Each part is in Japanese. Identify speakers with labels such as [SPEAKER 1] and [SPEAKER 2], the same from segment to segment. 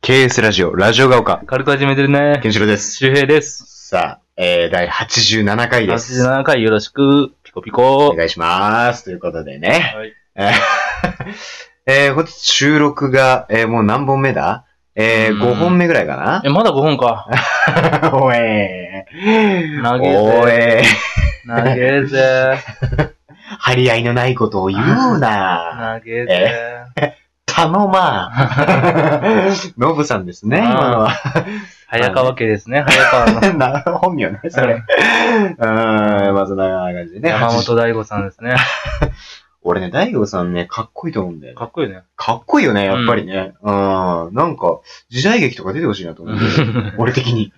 [SPEAKER 1] KS ラジオ、ラジオが丘、
[SPEAKER 2] 軽く始めてるね。
[SPEAKER 1] ケンシロウです。
[SPEAKER 2] 周平です。
[SPEAKER 1] さあ、えー、第87回です。
[SPEAKER 2] 87回よろしく、ピコピコ
[SPEAKER 1] お。願いします。ということでね。
[SPEAKER 2] はい
[SPEAKER 1] えー えー、本日収録が、えー、もう何本目だえー、
[SPEAKER 2] うん
[SPEAKER 1] 5本目ぐらいかな
[SPEAKER 2] え、まだ5本 か。
[SPEAKER 1] おえー。
[SPEAKER 2] 投げて
[SPEAKER 1] おえー。
[SPEAKER 2] 投げぜ。
[SPEAKER 1] 張り合いのないことを言う な。
[SPEAKER 2] 投げぜ。
[SPEAKER 1] 頼まん。 ノブさんですね、
[SPEAKER 2] うん
[SPEAKER 1] 今の は。
[SPEAKER 2] 早川家ですね、早川 の。
[SPEAKER 1] な本名な、そ れ。う
[SPEAKER 2] うん
[SPEAKER 1] ん、まあそんな感じでね。
[SPEAKER 2] 山本大吾さんですね。
[SPEAKER 1] 俺ね、大悟さんね、かっこいいと思うんだよね。
[SPEAKER 2] かっこいいね。
[SPEAKER 1] かっこいいよね、やっぱりね。うん。なんか、時代劇とか出てほしいなと思うんだよ。俺的 に。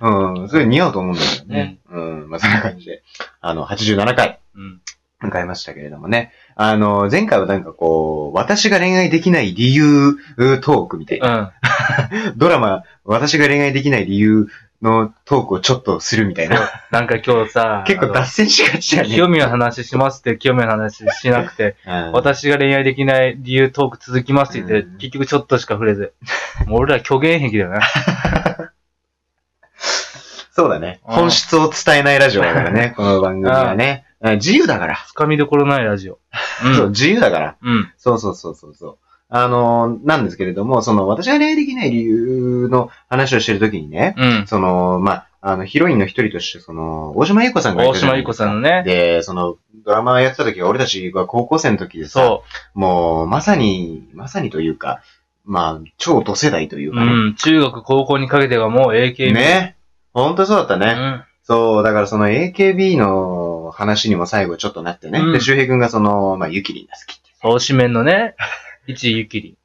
[SPEAKER 1] うん。それ似合うと思うんだけどね。うん。まあ、そんな感じで。あの、87回
[SPEAKER 2] うん。
[SPEAKER 1] 迎えましたけれどもね。あの、前回はなんかこう、私が恋愛できない理由うトークみたいうな。
[SPEAKER 2] ん。
[SPEAKER 1] ドラマ、私が恋愛できない理由のトークをちょっとするみたいな。
[SPEAKER 2] なんか今日さ、
[SPEAKER 1] 結構脱線しがちだ
[SPEAKER 2] あ
[SPEAKER 1] よね。
[SPEAKER 2] の清宮の話しますって、清宮の話しなくて、
[SPEAKER 1] うん
[SPEAKER 2] 私が恋愛できない理由トーク続きますって言って
[SPEAKER 1] うん、
[SPEAKER 2] 結局ちょっとしか触れず。もう俺ら虚言癖だよね。
[SPEAKER 1] そうだね。
[SPEAKER 2] うん
[SPEAKER 1] 本質を伝えないラジオだから ね、この番組はね。うん自由だから。
[SPEAKER 2] つかみどころないラジオ。う
[SPEAKER 1] そう、
[SPEAKER 2] ん。
[SPEAKER 1] 自由だから。
[SPEAKER 2] うん。
[SPEAKER 1] そうそうそうそうそう。あのーなんですけれども、その、私が恋愛できない理由の話をしてるときにね、
[SPEAKER 2] うん。
[SPEAKER 1] その、まあ、あの、ヒロインの一人として、その、大島優子さんがい
[SPEAKER 2] 大
[SPEAKER 1] たじゃ
[SPEAKER 2] 島
[SPEAKER 1] ない
[SPEAKER 2] 優
[SPEAKER 1] で
[SPEAKER 2] 子
[SPEAKER 1] すか
[SPEAKER 2] さんのね。
[SPEAKER 1] で、その、ドラマやってた時は俺たちが高校生の時でさ、
[SPEAKER 2] そ
[SPEAKER 1] もう、まさに、まさにというか、まあ、超同世代という
[SPEAKER 2] う。
[SPEAKER 1] かね。
[SPEAKER 2] うん。中学、高校にかけてがもう AKB。。
[SPEAKER 1] ね。ほんとそうだったね。
[SPEAKER 2] うん。
[SPEAKER 1] そう、だからその AKB の話にも最後ちょっとなってね。
[SPEAKER 2] うん
[SPEAKER 1] で、周平くんがその、まあ、ゆきりんが好きっていう。
[SPEAKER 2] 総紙面のね、1位ゆきり。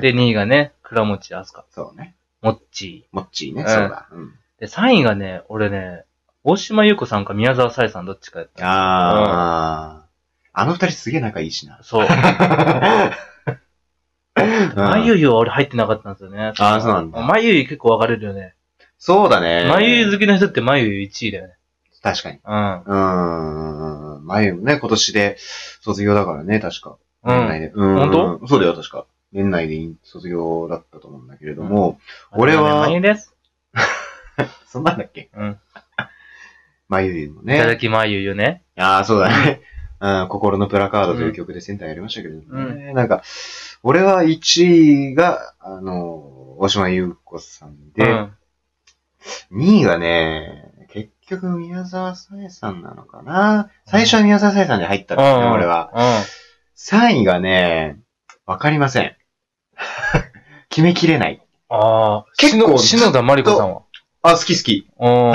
[SPEAKER 2] で、2位がね、倉持あすか。
[SPEAKER 1] そうね。
[SPEAKER 2] もっち
[SPEAKER 1] もっちーね。
[SPEAKER 2] うん
[SPEAKER 1] そうだ。うん。
[SPEAKER 2] ー。で、3位がね、俺ね、大島優子さんか宮沢さえさんどっちかやった。
[SPEAKER 1] あー。あの二人すげえ仲いいしな。
[SPEAKER 2] そう。まゆゆは俺入ってなかったんですよね。
[SPEAKER 1] あーそうなんだ
[SPEAKER 2] まゆゆ結構分かれるよね。
[SPEAKER 1] そうだね。
[SPEAKER 2] まゆゆ好きな人ってまゆゆ1位だよね。
[SPEAKER 1] 確かに。
[SPEAKER 2] うん。
[SPEAKER 1] うーん。眉もね、今年で卒業だからね、確か。
[SPEAKER 2] うん
[SPEAKER 1] 年内で。うん。
[SPEAKER 2] 本
[SPEAKER 1] 当そうだよ、確か。年内で卒業だったと思うんだけれども、俺は
[SPEAKER 2] まゆゆです。
[SPEAKER 1] そんなんだっけ
[SPEAKER 2] うん。
[SPEAKER 1] 眉もね。
[SPEAKER 2] いただきまゆゆね。
[SPEAKER 1] ああ、そうだね。 うん、心のプラカードという曲でセンターやりましたけれどもね。なんか、俺は1位が、あの、大島優子さん
[SPEAKER 2] う
[SPEAKER 1] で、
[SPEAKER 2] ん。
[SPEAKER 1] 2位がね、結局宮沢さえさんなのかな。最初は宮沢さえさんで入ったんですね、
[SPEAKER 2] うん
[SPEAKER 1] 俺は。3位がね、わかりません。 決めきれない。
[SPEAKER 2] ああ、
[SPEAKER 1] 結構ずっと
[SPEAKER 2] 篠田まりこさんは。
[SPEAKER 1] あ、好き好き。
[SPEAKER 2] う ん。
[SPEAKER 1] 好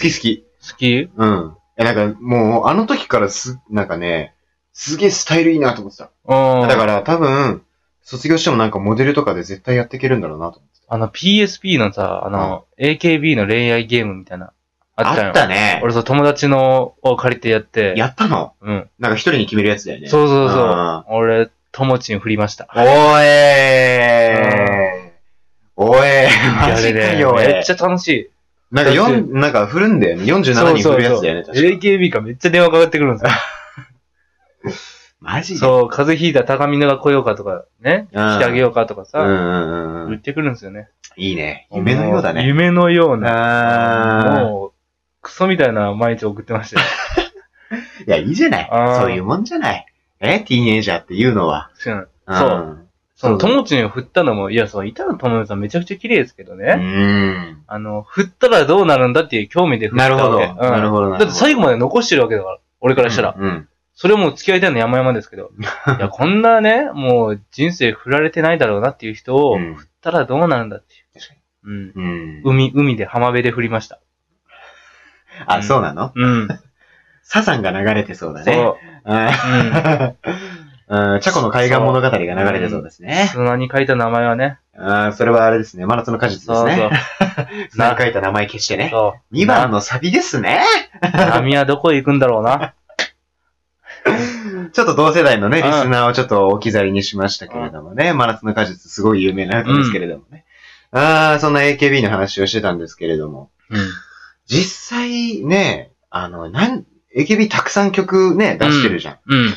[SPEAKER 1] き好き。
[SPEAKER 2] 好き
[SPEAKER 1] うん。いや、なんかもう、あの時からす、なんかね、すげえスタイルいいなと思ってた。
[SPEAKER 2] う ん。
[SPEAKER 1] だから多分、卒業してもなんかモデルとかで絶対やっていけるんだろうなと思って
[SPEAKER 2] あの PSP のさ、あの、AKB の恋愛ゲームみたいな。あったよ。
[SPEAKER 1] ね
[SPEAKER 2] 俺さ、友達のを借りてやって。
[SPEAKER 1] やったの
[SPEAKER 2] うん。
[SPEAKER 1] なんか一人に決めるやつだよね。
[SPEAKER 2] そうそうそう。
[SPEAKER 1] ん
[SPEAKER 2] 俺、友達に振りました。
[SPEAKER 1] おえーおえーマジかよ、
[SPEAKER 2] いやあれねめ
[SPEAKER 1] え
[SPEAKER 2] っちゃ楽しい。
[SPEAKER 1] なんか四なんか振るんだよね。47人振るやつだよね、
[SPEAKER 2] そう
[SPEAKER 1] 確
[SPEAKER 2] そうそう
[SPEAKER 1] か
[SPEAKER 2] AKB かめっちゃ電話かかってくるんですよ。
[SPEAKER 1] マジで
[SPEAKER 2] そう、風邪ひいた高見のが来ようかとか、ね。
[SPEAKER 1] うん
[SPEAKER 2] してあげようかとか
[SPEAKER 1] うん
[SPEAKER 2] さ、
[SPEAKER 1] うんう
[SPEAKER 2] 言っ
[SPEAKER 1] ん。
[SPEAKER 2] てくるんですよね。
[SPEAKER 1] いいね。夢のようだ
[SPEAKER 2] も
[SPEAKER 1] ね。
[SPEAKER 2] 夢のような。
[SPEAKER 1] あー
[SPEAKER 2] もう、クソみたいな毎日送って ましたよ。
[SPEAKER 1] いや、いいじゃない
[SPEAKER 2] あ。ー
[SPEAKER 1] そういうもんじゃない。え、ティーンエイジャーっていうのは。
[SPEAKER 2] 知らない
[SPEAKER 1] ん
[SPEAKER 2] そう。そ
[SPEAKER 1] そ
[SPEAKER 2] の、
[SPEAKER 1] うだ
[SPEAKER 2] 友達に振ったのも、いや、そう、板野友美さんめちゃくちゃ綺麗ですけどね。
[SPEAKER 1] うん。
[SPEAKER 2] あの、振ったらどうなるんだっていう興味で振っ
[SPEAKER 1] な
[SPEAKER 2] た
[SPEAKER 1] るほど。
[SPEAKER 2] わけ。う
[SPEAKER 1] なる
[SPEAKER 2] ん
[SPEAKER 1] ほど。なるほど
[SPEAKER 2] だって最後まで残してるわけだから、俺からしたら。
[SPEAKER 1] うん。うん
[SPEAKER 2] それはもう付き合いたいの山々ですけど。 いや、こんなね、もう人生振られてないだろうなっていう人を、
[SPEAKER 1] う
[SPEAKER 2] 振っ
[SPEAKER 1] ん
[SPEAKER 2] たらどうなるんだっていう
[SPEAKER 1] 確か。
[SPEAKER 2] うん。
[SPEAKER 1] うん。
[SPEAKER 2] 海、海で浜辺で振りました。う
[SPEAKER 1] あ、
[SPEAKER 2] ん
[SPEAKER 1] そうなの
[SPEAKER 2] うん。
[SPEAKER 1] サザンが流れてそうだね。
[SPEAKER 2] そう。
[SPEAKER 1] あ
[SPEAKER 2] うん。
[SPEAKER 1] ーうん。チャコの海岸物語が流れてそうですね。
[SPEAKER 2] 砂に書いた名前はね。
[SPEAKER 1] あーそれはあれですね。真夏の果実です
[SPEAKER 2] そうそう
[SPEAKER 1] ね。。 何回書いた名前消してね。
[SPEAKER 2] そう。
[SPEAKER 1] 2番のサビですね。
[SPEAKER 2] 波はどこへ行くんだろうな。
[SPEAKER 1] ちょっと同世代のね、
[SPEAKER 2] うん
[SPEAKER 1] リスナーをちょっと置き去りにしましたけれどもね。真夏の果実すごい有名な歌ですけれどもね。ああ、そんな AKB の話をしてたんですけれども。
[SPEAKER 2] う
[SPEAKER 1] 実際ね、あの、なん、AKB たくさん曲ね、出してるじゃん。
[SPEAKER 2] ん。うん。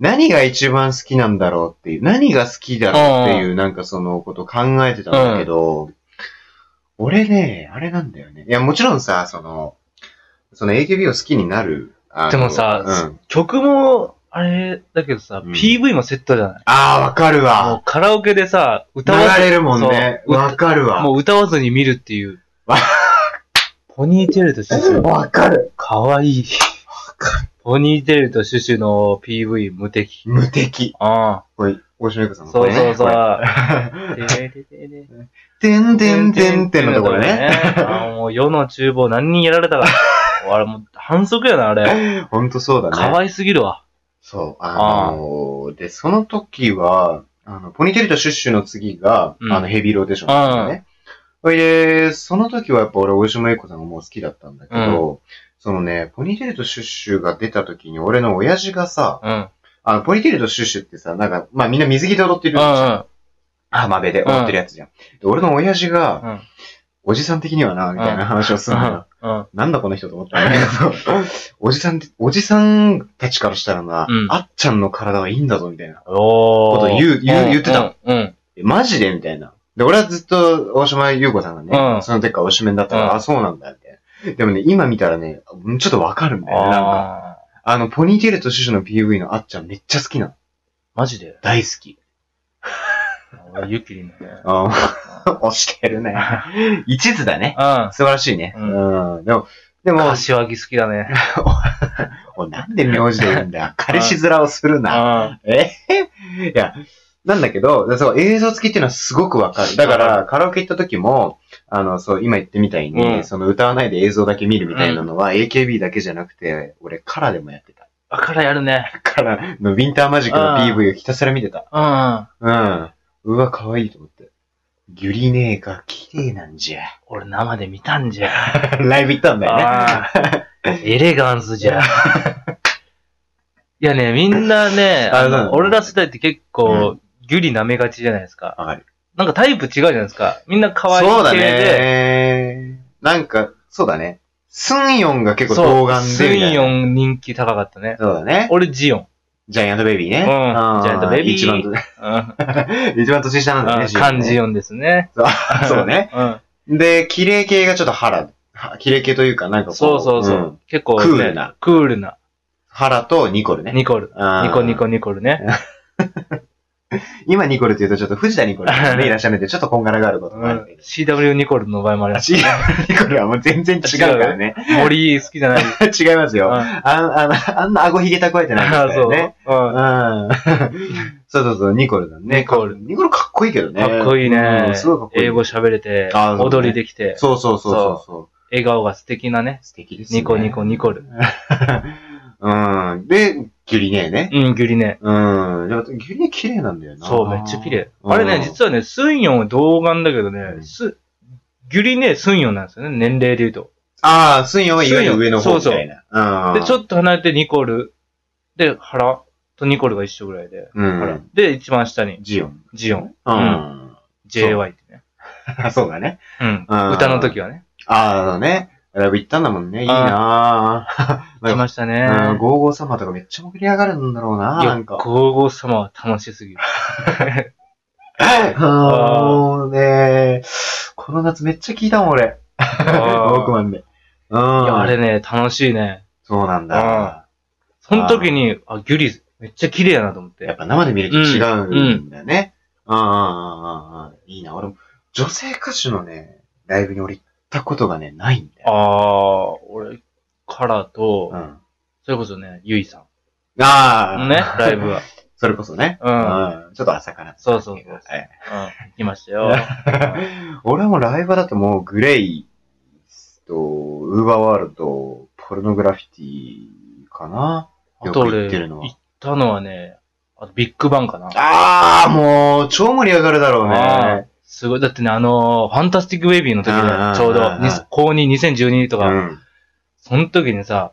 [SPEAKER 1] 何が一番好きなんだろうっていう、何が好きだろうっていう、なんかそのことを考えてたんだけど、俺ね、あれなんだよね。いや、もちろんさ、その、その AKB を好きになる。あの
[SPEAKER 2] でもさ
[SPEAKER 1] うん、
[SPEAKER 2] 曲も、あれだけどさ、
[SPEAKER 1] うん
[SPEAKER 2] PV もセットじゃない
[SPEAKER 1] ああ、わかる
[SPEAKER 2] もう
[SPEAKER 1] わ。
[SPEAKER 2] カラオケでさ、
[SPEAKER 1] 流
[SPEAKER 2] 歌わず
[SPEAKER 1] れるもんね。
[SPEAKER 2] そう
[SPEAKER 1] わかるわ。
[SPEAKER 2] もう歌わずに見るっていう
[SPEAKER 1] わ。
[SPEAKER 2] ポニーテールとシュシュ、
[SPEAKER 1] わかる。
[SPEAKER 2] かわいい。ポニーテールとシュシュの PV 無敵。
[SPEAKER 1] 無敵。
[SPEAKER 2] あ
[SPEAKER 1] これ、大島優子さん
[SPEAKER 2] あ、
[SPEAKER 1] の
[SPEAKER 2] そうそう
[SPEAKER 1] これね
[SPEAKER 2] そう。
[SPEAKER 1] これ
[SPEAKER 2] てれてれれ
[SPEAKER 1] てんてんてんてんのところね。
[SPEAKER 2] ああもう世の厨房何人やられたか。 あれもう反則やな、あれ。
[SPEAKER 1] ほんとそうだね。
[SPEAKER 2] かわいすぎるわ。
[SPEAKER 1] そう、あのーで、その時は、あの、ポニーテールとシュッシュの次が、
[SPEAKER 2] うん
[SPEAKER 1] あの、ヘビーローテーションだったんだよね。それで、その時はやっぱ俺、大島優子さんがもう好きだったんだけど、そのね、ポニーテールとシュッシュが出た時に、俺の親父がさ、
[SPEAKER 2] うん。
[SPEAKER 1] あの、ポニーテールとシュッシュってさ、なんか、まあみんな水着で踊って
[SPEAKER 2] う
[SPEAKER 1] る
[SPEAKER 2] ん。う
[SPEAKER 1] じゃん
[SPEAKER 2] ん。
[SPEAKER 1] 浜辺で踊ってるやつじゃん。で俺の親父が、おじさん的にはな、みたいな話をするのよ。
[SPEAKER 2] うん。
[SPEAKER 1] なんだこの人と思ったんだけ ど、おじさん、おじさんたちからしたらな、
[SPEAKER 2] うん
[SPEAKER 1] あっちゃんの体はいいんだぞ、みたいな。
[SPEAKER 2] おー。
[SPEAKER 1] こと言う言う言ってたの
[SPEAKER 2] うん。
[SPEAKER 1] えマジでみたいな。で、俺はずっと大島優子さんがね、
[SPEAKER 2] うん
[SPEAKER 1] その時から推しメンだったから、
[SPEAKER 2] うん
[SPEAKER 1] あ、そうなんだ、みたいな。でもね、今見たらね、ちょっとわかるん
[SPEAKER 2] うん。
[SPEAKER 1] だよね、なんか。
[SPEAKER 2] ああ。
[SPEAKER 1] あの、ポニーテールとシュシュの PV のあっちゃんめっちゃ好きなの。
[SPEAKER 2] マジで
[SPEAKER 1] 大好き。
[SPEAKER 2] 俺、ゆきりんだね。
[SPEAKER 1] うん。 押して るね。一途だね。
[SPEAKER 2] うん。
[SPEAKER 1] 素晴らしいね。
[SPEAKER 2] う
[SPEAKER 1] うん。でも、でも、
[SPEAKER 2] 柏木好きだね。
[SPEAKER 1] おなんで名字で言うんだ。彼氏面をするな。
[SPEAKER 2] う
[SPEAKER 1] え へいや、なんだけど、でそう、映像付きっていうのはすごくわかる。だから、カラオケ行った時も、あの、そう、今言ってみたいに、
[SPEAKER 2] うん
[SPEAKER 1] その歌わないで映像だけ見るみたいなのは、AKB だけじゃなくて、俺、カラでもやってた。
[SPEAKER 2] ん。からやるね。
[SPEAKER 1] カラのウィンターマジックの
[SPEAKER 2] あー
[SPEAKER 1] PV をひたすら見てた。
[SPEAKER 2] うん。
[SPEAKER 1] うん。うわ、可愛いと思って。ギュリネーが綺麗なんじゃ。
[SPEAKER 2] 俺生で見たんじゃ。
[SPEAKER 1] ライブ行ったんだよね。
[SPEAKER 2] ああ。エレガンスじゃ。いやね、みんなね、
[SPEAKER 1] あ
[SPEAKER 2] あ
[SPEAKER 1] そうな
[SPEAKER 2] の、
[SPEAKER 1] の
[SPEAKER 2] 俺ら世代って結構、ギュリ舐めがちじゃないですか。
[SPEAKER 1] わかる。
[SPEAKER 2] なんかタイプ違うじゃないですか。みんな可愛い
[SPEAKER 1] そうだ
[SPEAKER 2] 系で。
[SPEAKER 1] ね。なんか、そうだね。スンヨンが結構
[SPEAKER 2] そう
[SPEAKER 1] 童顔で。
[SPEAKER 2] スンヨ
[SPEAKER 1] ン。
[SPEAKER 2] ン人気高かったね。
[SPEAKER 1] そうだね。
[SPEAKER 2] 俺ジオン。
[SPEAKER 1] ジャイアントベイビーね。
[SPEAKER 2] うん
[SPEAKER 1] あ
[SPEAKER 2] ジャイアントベイビー
[SPEAKER 1] 一番と、
[SPEAKER 2] うん。
[SPEAKER 1] 一番年下なんだよね。
[SPEAKER 2] 漢字
[SPEAKER 1] を。
[SPEAKER 2] オンですね。
[SPEAKER 1] そうね。
[SPEAKER 2] うん。
[SPEAKER 1] で、綺麗系がちょっと腹。は綺麗系というか、なんかこう。
[SPEAKER 2] そうそうそ
[SPEAKER 1] ん
[SPEAKER 2] う。結構ね。
[SPEAKER 1] クールな。
[SPEAKER 2] クールな。
[SPEAKER 1] 腹とニコルね。
[SPEAKER 2] ニコル。
[SPEAKER 1] あー
[SPEAKER 2] ニコニコ。ニコルね。
[SPEAKER 1] 今ニコルって言うとちょっと藤田ニコルがね、いらっしゃるんで、ちょっとこんがらがあること
[SPEAKER 2] う
[SPEAKER 1] もある
[SPEAKER 2] ん
[SPEAKER 1] んだけど。
[SPEAKER 2] CW ニコルの場合もあ ります。
[SPEAKER 1] 違う、ニコルはもう全然違うからね。
[SPEAKER 2] 森好きじゃない。
[SPEAKER 1] 違います
[SPEAKER 2] う
[SPEAKER 1] よ。あ
[SPEAKER 2] ん
[SPEAKER 1] あのあんな顎ひげ蓄えてないですからね。
[SPEAKER 2] そう。
[SPEAKER 1] うん。そうそうそう、ニコルだね。
[SPEAKER 2] ニコル
[SPEAKER 1] ニコルかっこいいけどね。
[SPEAKER 2] かっこいい
[SPEAKER 1] うん
[SPEAKER 2] ね。
[SPEAKER 1] すごいかっこいい。
[SPEAKER 2] 英語喋れて
[SPEAKER 1] あー、そうね
[SPEAKER 2] 踊りできて、
[SPEAKER 1] そうそうそうそうそう。
[SPEAKER 2] 笑顔が素敵なね。
[SPEAKER 1] 素敵ですね。
[SPEAKER 2] ニコ ニコニコル。
[SPEAKER 1] うん。で、ギュリネーね。
[SPEAKER 2] うん、ギュリね。
[SPEAKER 1] うん。でもギュリネー綺麗なんだよな。
[SPEAKER 2] そう、めっちゃ綺麗。
[SPEAKER 1] うん
[SPEAKER 2] あれね、実はね、スンヨンは童顔だけど
[SPEAKER 1] うん
[SPEAKER 2] ね、す、ギュリね、スンヨンなんですよね、年齢で言うと。
[SPEAKER 1] ああ、スンヨンはいわゆる上の方みたいな。
[SPEAKER 2] で、ち
[SPEAKER 1] っ
[SPEAKER 2] ょっと離れてニコル、で、原とニコルが一緒ぐらいで、
[SPEAKER 1] と、う
[SPEAKER 2] 原
[SPEAKER 1] ん。
[SPEAKER 2] で、一番下に、
[SPEAKER 1] ジオン。
[SPEAKER 2] ジオン、
[SPEAKER 1] うん。
[SPEAKER 2] JY ってね。
[SPEAKER 1] そうだね。
[SPEAKER 2] うん。
[SPEAKER 1] うん
[SPEAKER 2] 歌の時はね。
[SPEAKER 1] ああ、そうね。ライブ行ったんだもんね。いいなあ。
[SPEAKER 2] 来ましたね。
[SPEAKER 1] うん、ゴーゴー様とかめっちゃ盛り上がるんだろうな、
[SPEAKER 2] い
[SPEAKER 1] な
[SPEAKER 2] や、
[SPEAKER 1] んか。
[SPEAKER 2] ゴーゴー様は楽しすぎる。
[SPEAKER 1] あーもうね、この夏めっちゃ聞いたもん、俺。
[SPEAKER 2] あー
[SPEAKER 1] 僕マンで。うん。
[SPEAKER 2] いや、あれね、楽しいね。
[SPEAKER 1] そうなんだ。
[SPEAKER 2] その時に、あ、ギュリ、めっちゃ綺麗やなと思っ。
[SPEAKER 1] やってぱ生で見ると違うんだよね。うん、うん、うん、うん。いいな。俺も、女性歌手のね、ライブに俺行ったことがね、ないんだ
[SPEAKER 2] あ
[SPEAKER 1] よ。
[SPEAKER 2] あ、俺、カラと、
[SPEAKER 1] うん。あ
[SPEAKER 2] それこそね、ゆいさん
[SPEAKER 1] あ
[SPEAKER 2] の。ね、ライブ。 は。
[SPEAKER 1] それこそね。
[SPEAKER 2] う。
[SPEAKER 1] うん
[SPEAKER 2] うん。
[SPEAKER 1] ん。ちょっと朝から。
[SPEAKER 2] そうそうそう
[SPEAKER 1] はい
[SPEAKER 2] 行きまし たよ。
[SPEAKER 1] 俺はもうライブだともう、グレイと、ウーバーワールド、ポルノグラフィティかな。
[SPEAKER 2] あと
[SPEAKER 1] よく行
[SPEAKER 2] 俺、
[SPEAKER 1] ってるのは
[SPEAKER 2] 行ったのはね、あとビッグバンかな。
[SPEAKER 1] ああ、もう、超盛り上がるだろう
[SPEAKER 2] あー
[SPEAKER 1] ね。
[SPEAKER 2] すごい。だってね、あのー、ファンタスティックウェイビーの時
[SPEAKER 1] うんうんうんうん
[SPEAKER 2] だよちょうど、に高2、2012と
[SPEAKER 1] う
[SPEAKER 2] か、
[SPEAKER 1] ん。
[SPEAKER 2] その時にさ、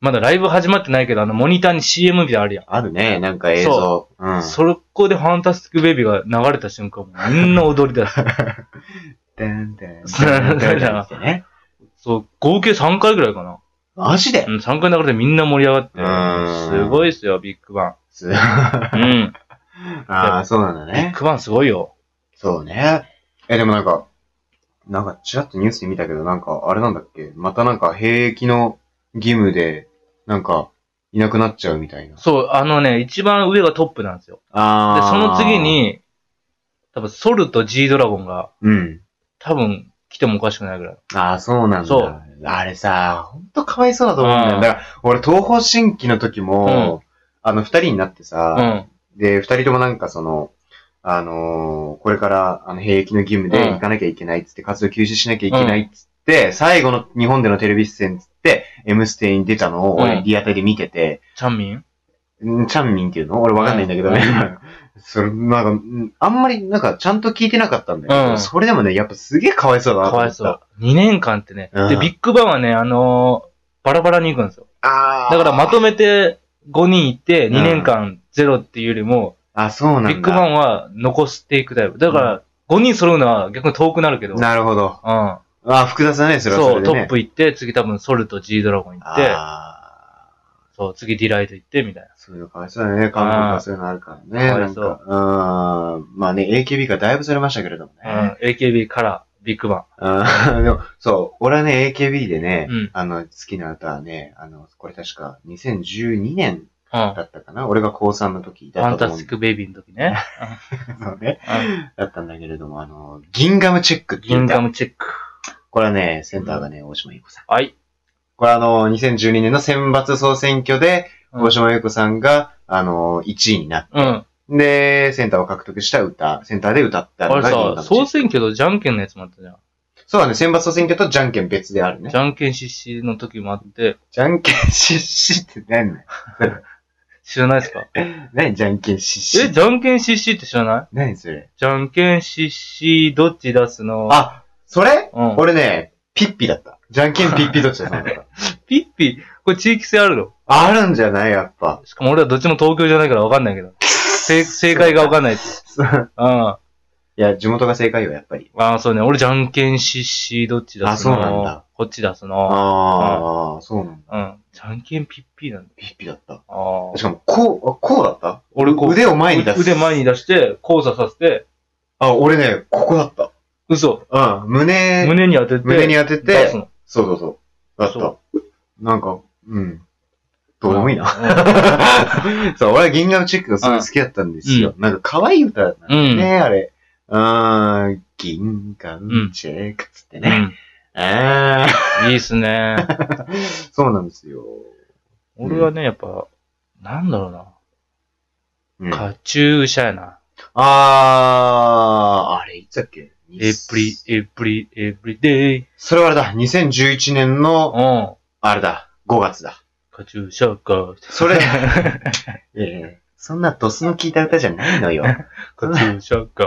[SPEAKER 2] まだライブ始まってないけど、あの、モニターに CM みたいなのあるやん
[SPEAKER 1] あるね、なんか映像。うん。
[SPEAKER 2] そこでファンタスティックベビーが流れた瞬間、もうみんな踊り 出す。
[SPEAKER 1] でんでんでん
[SPEAKER 2] そうなんだよ
[SPEAKER 1] でんってね。
[SPEAKER 2] そう、合計3回ぐらいかな。
[SPEAKER 1] マジで
[SPEAKER 2] うん、3回流れてみんな盛り上がって
[SPEAKER 1] う、ん
[SPEAKER 2] すごいっすよ、ビッグバン。
[SPEAKER 1] つ。
[SPEAKER 2] うん。
[SPEAKER 1] ああ、そうなんだ
[SPEAKER 2] ビッ
[SPEAKER 1] ね。
[SPEAKER 2] グバンすごいよ。
[SPEAKER 1] そうね。え、でもなんか、なんかちらっとニュースで見たけど、なんかあれなんだっけまたなんか兵役の義務で、なんか、いなくなっちゃうみたいな。
[SPEAKER 2] そう、あのね、一番上がトップなんですよ。で、
[SPEAKER 1] あ
[SPEAKER 2] その次、に、多分ソルと G ドラゴンが、
[SPEAKER 1] うん。
[SPEAKER 2] 多分来てもおかしくないぐらい。
[SPEAKER 1] ああ、そうなんだ。
[SPEAKER 2] そう
[SPEAKER 1] あれさ、ほんとかわいそうだと思うんだ
[SPEAKER 2] う
[SPEAKER 1] よ。
[SPEAKER 2] ん
[SPEAKER 1] だから、俺、東方神起の時も、あの、二人になって
[SPEAKER 2] う
[SPEAKER 1] さ、
[SPEAKER 2] ん。
[SPEAKER 1] で、二人ともなんかその、あのーこれから、あの、兵役の義務で
[SPEAKER 2] うん
[SPEAKER 1] 行かなきゃいけないっつって、活動休止しなきゃいけないっつって、最後の日本でのテレビ出演っつって、M ステに出たのを、
[SPEAKER 2] う
[SPEAKER 1] 俺、
[SPEAKER 2] ん
[SPEAKER 1] リアタイで見てて、
[SPEAKER 2] チャンミン
[SPEAKER 1] んチャンミンっていうの俺わかんないんだけどね。それ、なんかん、あんまり、なんか、ちゃんと聞いてなかったんだけど、
[SPEAKER 2] うん
[SPEAKER 1] それでもね、やっぱすげえかわいそうだな
[SPEAKER 2] か
[SPEAKER 1] と思っ
[SPEAKER 2] わい
[SPEAKER 1] た。
[SPEAKER 2] そう。2年間ってね。
[SPEAKER 1] うん
[SPEAKER 2] で、ビッグバンはね、あのーバラバラに行くんですよ。
[SPEAKER 1] ああ。
[SPEAKER 2] だからまとめて5人いて、2年間ゼロっていうよりも、
[SPEAKER 1] あ、そうなんだ。
[SPEAKER 2] ビッグバンは残していくタイプ。だから、5人揃うのは逆に遠くなるけど。
[SPEAKER 1] なるほど。
[SPEAKER 2] うん。
[SPEAKER 1] あ、複雑だね、それはそ
[SPEAKER 2] そう、
[SPEAKER 1] れで、
[SPEAKER 2] ト
[SPEAKER 1] ね。
[SPEAKER 2] ップ行って、次多分ソルと G ドラゴン行って、
[SPEAKER 1] ああ。
[SPEAKER 2] そう、次ディライト行って、みたいな。
[SPEAKER 1] そういうのかわいそうだね。韓国はそういうのあるからね。
[SPEAKER 2] かわ
[SPEAKER 1] ないん
[SPEAKER 2] そ
[SPEAKER 1] か、
[SPEAKER 2] う
[SPEAKER 1] うーん。まあね、AKB がだいぶずれましたけれども
[SPEAKER 2] うん
[SPEAKER 1] ね。、
[SPEAKER 2] AKB からビッグバ
[SPEAKER 1] うん。で も、そう、俺はね、AKB でね、
[SPEAKER 2] うん
[SPEAKER 1] あの、好きな歌はね、あの、これ確か2012年
[SPEAKER 2] ン。うん。フ
[SPEAKER 1] だったかな。俺が高3の時だ
[SPEAKER 2] ァ
[SPEAKER 1] ったと
[SPEAKER 2] ンタ
[SPEAKER 1] 思う
[SPEAKER 2] スティックベイビーの 時ね。
[SPEAKER 1] そうね。
[SPEAKER 2] うん
[SPEAKER 1] だったんだけれども、あの、ギンガムチェックって
[SPEAKER 2] ギ
[SPEAKER 1] いう
[SPEAKER 2] ンガ
[SPEAKER 1] 歌。
[SPEAKER 2] ムチェック。
[SPEAKER 1] これはね、センターがね、大島優子さん。
[SPEAKER 2] はい。
[SPEAKER 1] これあの、2012年の選抜総選挙で、
[SPEAKER 2] うん
[SPEAKER 1] 大島優子さんが、あの、1位になっ
[SPEAKER 2] うん。
[SPEAKER 1] で、センターを獲得した歌、センターで歌った
[SPEAKER 2] あ
[SPEAKER 1] の
[SPEAKER 2] れ
[SPEAKER 1] が銀河
[SPEAKER 2] さ、
[SPEAKER 1] の
[SPEAKER 2] 総
[SPEAKER 1] 地
[SPEAKER 2] 選挙とじゃんけんのやつもあったじゃん。
[SPEAKER 1] そうだね、選抜総選挙とじゃんけん別であるね
[SPEAKER 2] じ。ゃんけん実施の時もあって、
[SPEAKER 1] じゃんけんしっしって何 なの
[SPEAKER 2] 知らないですか
[SPEAKER 1] 何じゃんけんしっ
[SPEAKER 2] え、
[SPEAKER 1] し。
[SPEAKER 2] じゃんけん実施って知らない
[SPEAKER 1] 何それ
[SPEAKER 2] じゃんけん実施、どっち出すの、
[SPEAKER 1] あ、それ
[SPEAKER 2] うん。
[SPEAKER 1] 俺ね、ピッピだった。じゃんけんピッピどっちだったんだ った
[SPEAKER 2] ピッピ、これ地域性あるの
[SPEAKER 1] あるんじゃないやっぱ。
[SPEAKER 2] しかも俺はどっちも東京じゃないからわかんないけど。正正解がわかんないです。
[SPEAKER 1] そう
[SPEAKER 2] うん。あ
[SPEAKER 1] いや、地元が正解よ、やっぱり。
[SPEAKER 2] あ、そうね。俺じゃんけんしし、どっち出すの
[SPEAKER 1] あそうなんだ。
[SPEAKER 2] こっち出すの。
[SPEAKER 1] ああ、そうなんだ。
[SPEAKER 2] うん。じゃんけんピッピーなんだ。
[SPEAKER 1] ピッピだった。
[SPEAKER 2] ああ
[SPEAKER 1] し。かも、こう、あこうだった
[SPEAKER 2] 俺こう。
[SPEAKER 1] 腕を前に出す。
[SPEAKER 2] 腕前に出して、交差させて、
[SPEAKER 1] あ、俺ね、ここだった。
[SPEAKER 2] 嘘。
[SPEAKER 1] うん、胸、
[SPEAKER 2] 胸に当てて、
[SPEAKER 1] 胸に当てて
[SPEAKER 2] 出、すの。
[SPEAKER 1] そうそうそう。だった。
[SPEAKER 2] そ
[SPEAKER 1] なんか、うん。どうでもいいな。
[SPEAKER 2] な。
[SPEAKER 1] そう、俺は銀河のチェックがすごい好きだったんですよ。なんか可愛い歌だったんだよね、あれ。うーん、銀河のチェックっつって
[SPEAKER 2] う
[SPEAKER 1] ね。
[SPEAKER 2] ん。
[SPEAKER 1] あー
[SPEAKER 2] いいっすね。
[SPEAKER 1] そうなんですよ。うん
[SPEAKER 2] 俺はね、やっぱ、なんだろうな。
[SPEAKER 1] うん、あ
[SPEAKER 2] カチューシャやな。
[SPEAKER 1] ー、あれ、いつだっけ
[SPEAKER 2] エブリ、エブリ、エブリデイ。
[SPEAKER 1] それはあれだ、2011年
[SPEAKER 2] う
[SPEAKER 1] の、
[SPEAKER 2] ん。
[SPEAKER 1] あれだ、5月だ。
[SPEAKER 2] カチューシャか。
[SPEAKER 1] そ れ、ええそんなドスの効いた歌じゃないのよ。
[SPEAKER 2] カチューシャか。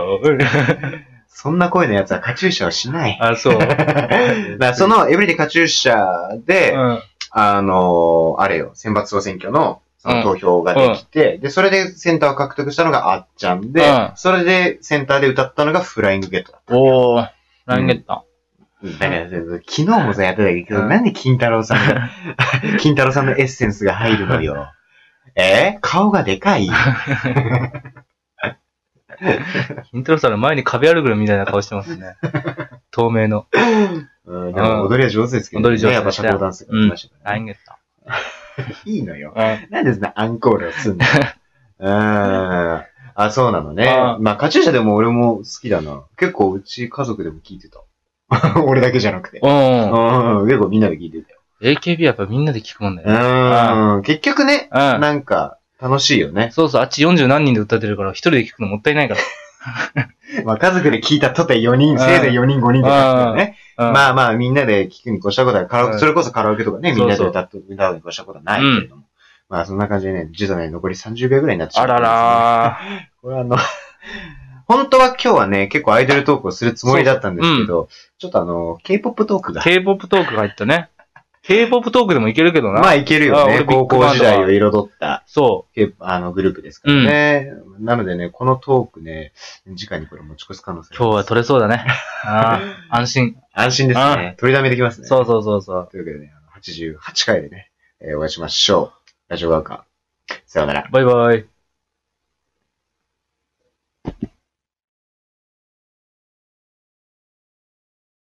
[SPEAKER 1] そんな声のやつはカチューシャをしない。
[SPEAKER 2] あ、 そう。
[SPEAKER 1] だからそのエブリデイカチューシャで、
[SPEAKER 2] うん。
[SPEAKER 1] あのーあれよ、選抜総選挙のその投票ができて、で、それでセンターを獲得したのがあっちゃんで、
[SPEAKER 2] うん
[SPEAKER 1] それでセンターで歌ったのがフライングゲットだった。
[SPEAKER 2] おー、ランゲット。
[SPEAKER 1] だから、昨日もさ、やってたけど、
[SPEAKER 2] うん
[SPEAKER 1] なんで金太郎さんが、 金太郎さんのエッセンスが入るのよ。えー顔がでかい
[SPEAKER 2] 金太郎さんの前に壁あるぐらいみたいな顔してます ね。透明の。
[SPEAKER 1] うん、でも踊りは上手ですけど、
[SPEAKER 2] 踊り上手
[SPEAKER 1] やっぱ社交ダンスが来ましたから
[SPEAKER 2] ラ
[SPEAKER 1] ね
[SPEAKER 2] ンゲット。
[SPEAKER 1] いいのよ。
[SPEAKER 2] うん。
[SPEAKER 1] なんでそんなアンコールをすん のうーん。あ、そうなのね
[SPEAKER 2] あ。ー
[SPEAKER 1] まあ、カチューシャでも俺も好きだな。結構うち家族でも聞いてた。 俺だけじゃなくて。う
[SPEAKER 2] う
[SPEAKER 1] ん、
[SPEAKER 2] ん。
[SPEAKER 1] 結構みんなで聞いてたよ。
[SPEAKER 2] AKB やっぱみんなで聞くもんだ
[SPEAKER 1] う
[SPEAKER 2] よ。
[SPEAKER 1] ーん。結局ね、
[SPEAKER 2] う
[SPEAKER 1] なんか楽しいよね
[SPEAKER 2] ん。。そうそう、あっち40何人で歌ってるから、一人で聞くのもったいないか
[SPEAKER 1] まあ、家族で聞いたとて4人、
[SPEAKER 2] ん
[SPEAKER 1] せいぜい4人、5人で歌ってるね。
[SPEAKER 2] ら。うん。
[SPEAKER 1] まあまあ、みんなで聞くに越したことは、カラオ
[SPEAKER 2] う
[SPEAKER 1] ケ
[SPEAKER 2] ん
[SPEAKER 1] それこそカラオケとかね、みんなで
[SPEAKER 2] そうそう
[SPEAKER 1] 歌って歌うに越したことはないけれども。まあ、そんな感じでね、実はね、残り30秒ぐらいになっちゃ
[SPEAKER 2] あ
[SPEAKER 1] ったん
[SPEAKER 2] ら
[SPEAKER 1] ですね
[SPEAKER 2] ら
[SPEAKER 1] これあの、 本当は今日はね、結構アイドルトークをするつもりだったんですけど、ちょっとあの、K-POP トークが
[SPEAKER 2] ー。。K-POP トークが入った ね。K-POP トークでもいけるけどな。
[SPEAKER 1] まあいけるよ
[SPEAKER 2] あ
[SPEAKER 1] ね。
[SPEAKER 2] 俺ビッ
[SPEAKER 1] 高
[SPEAKER 2] グ
[SPEAKER 1] 校
[SPEAKER 2] バンドは
[SPEAKER 1] 時代を彩った、
[SPEAKER 2] そ
[SPEAKER 1] K- あのグループですからね、なのでね、このトークね、次回にこれ持ち越す可能性
[SPEAKER 2] う。今日は取れそうだね。 ああ、安心。
[SPEAKER 1] 安心ですね。取りだめできますね。
[SPEAKER 2] そうそうそうそう。
[SPEAKER 1] というわけでね、あの88回でね、えーお会いしましょう。ラジオワーカー。さようなら。
[SPEAKER 2] バイバイ。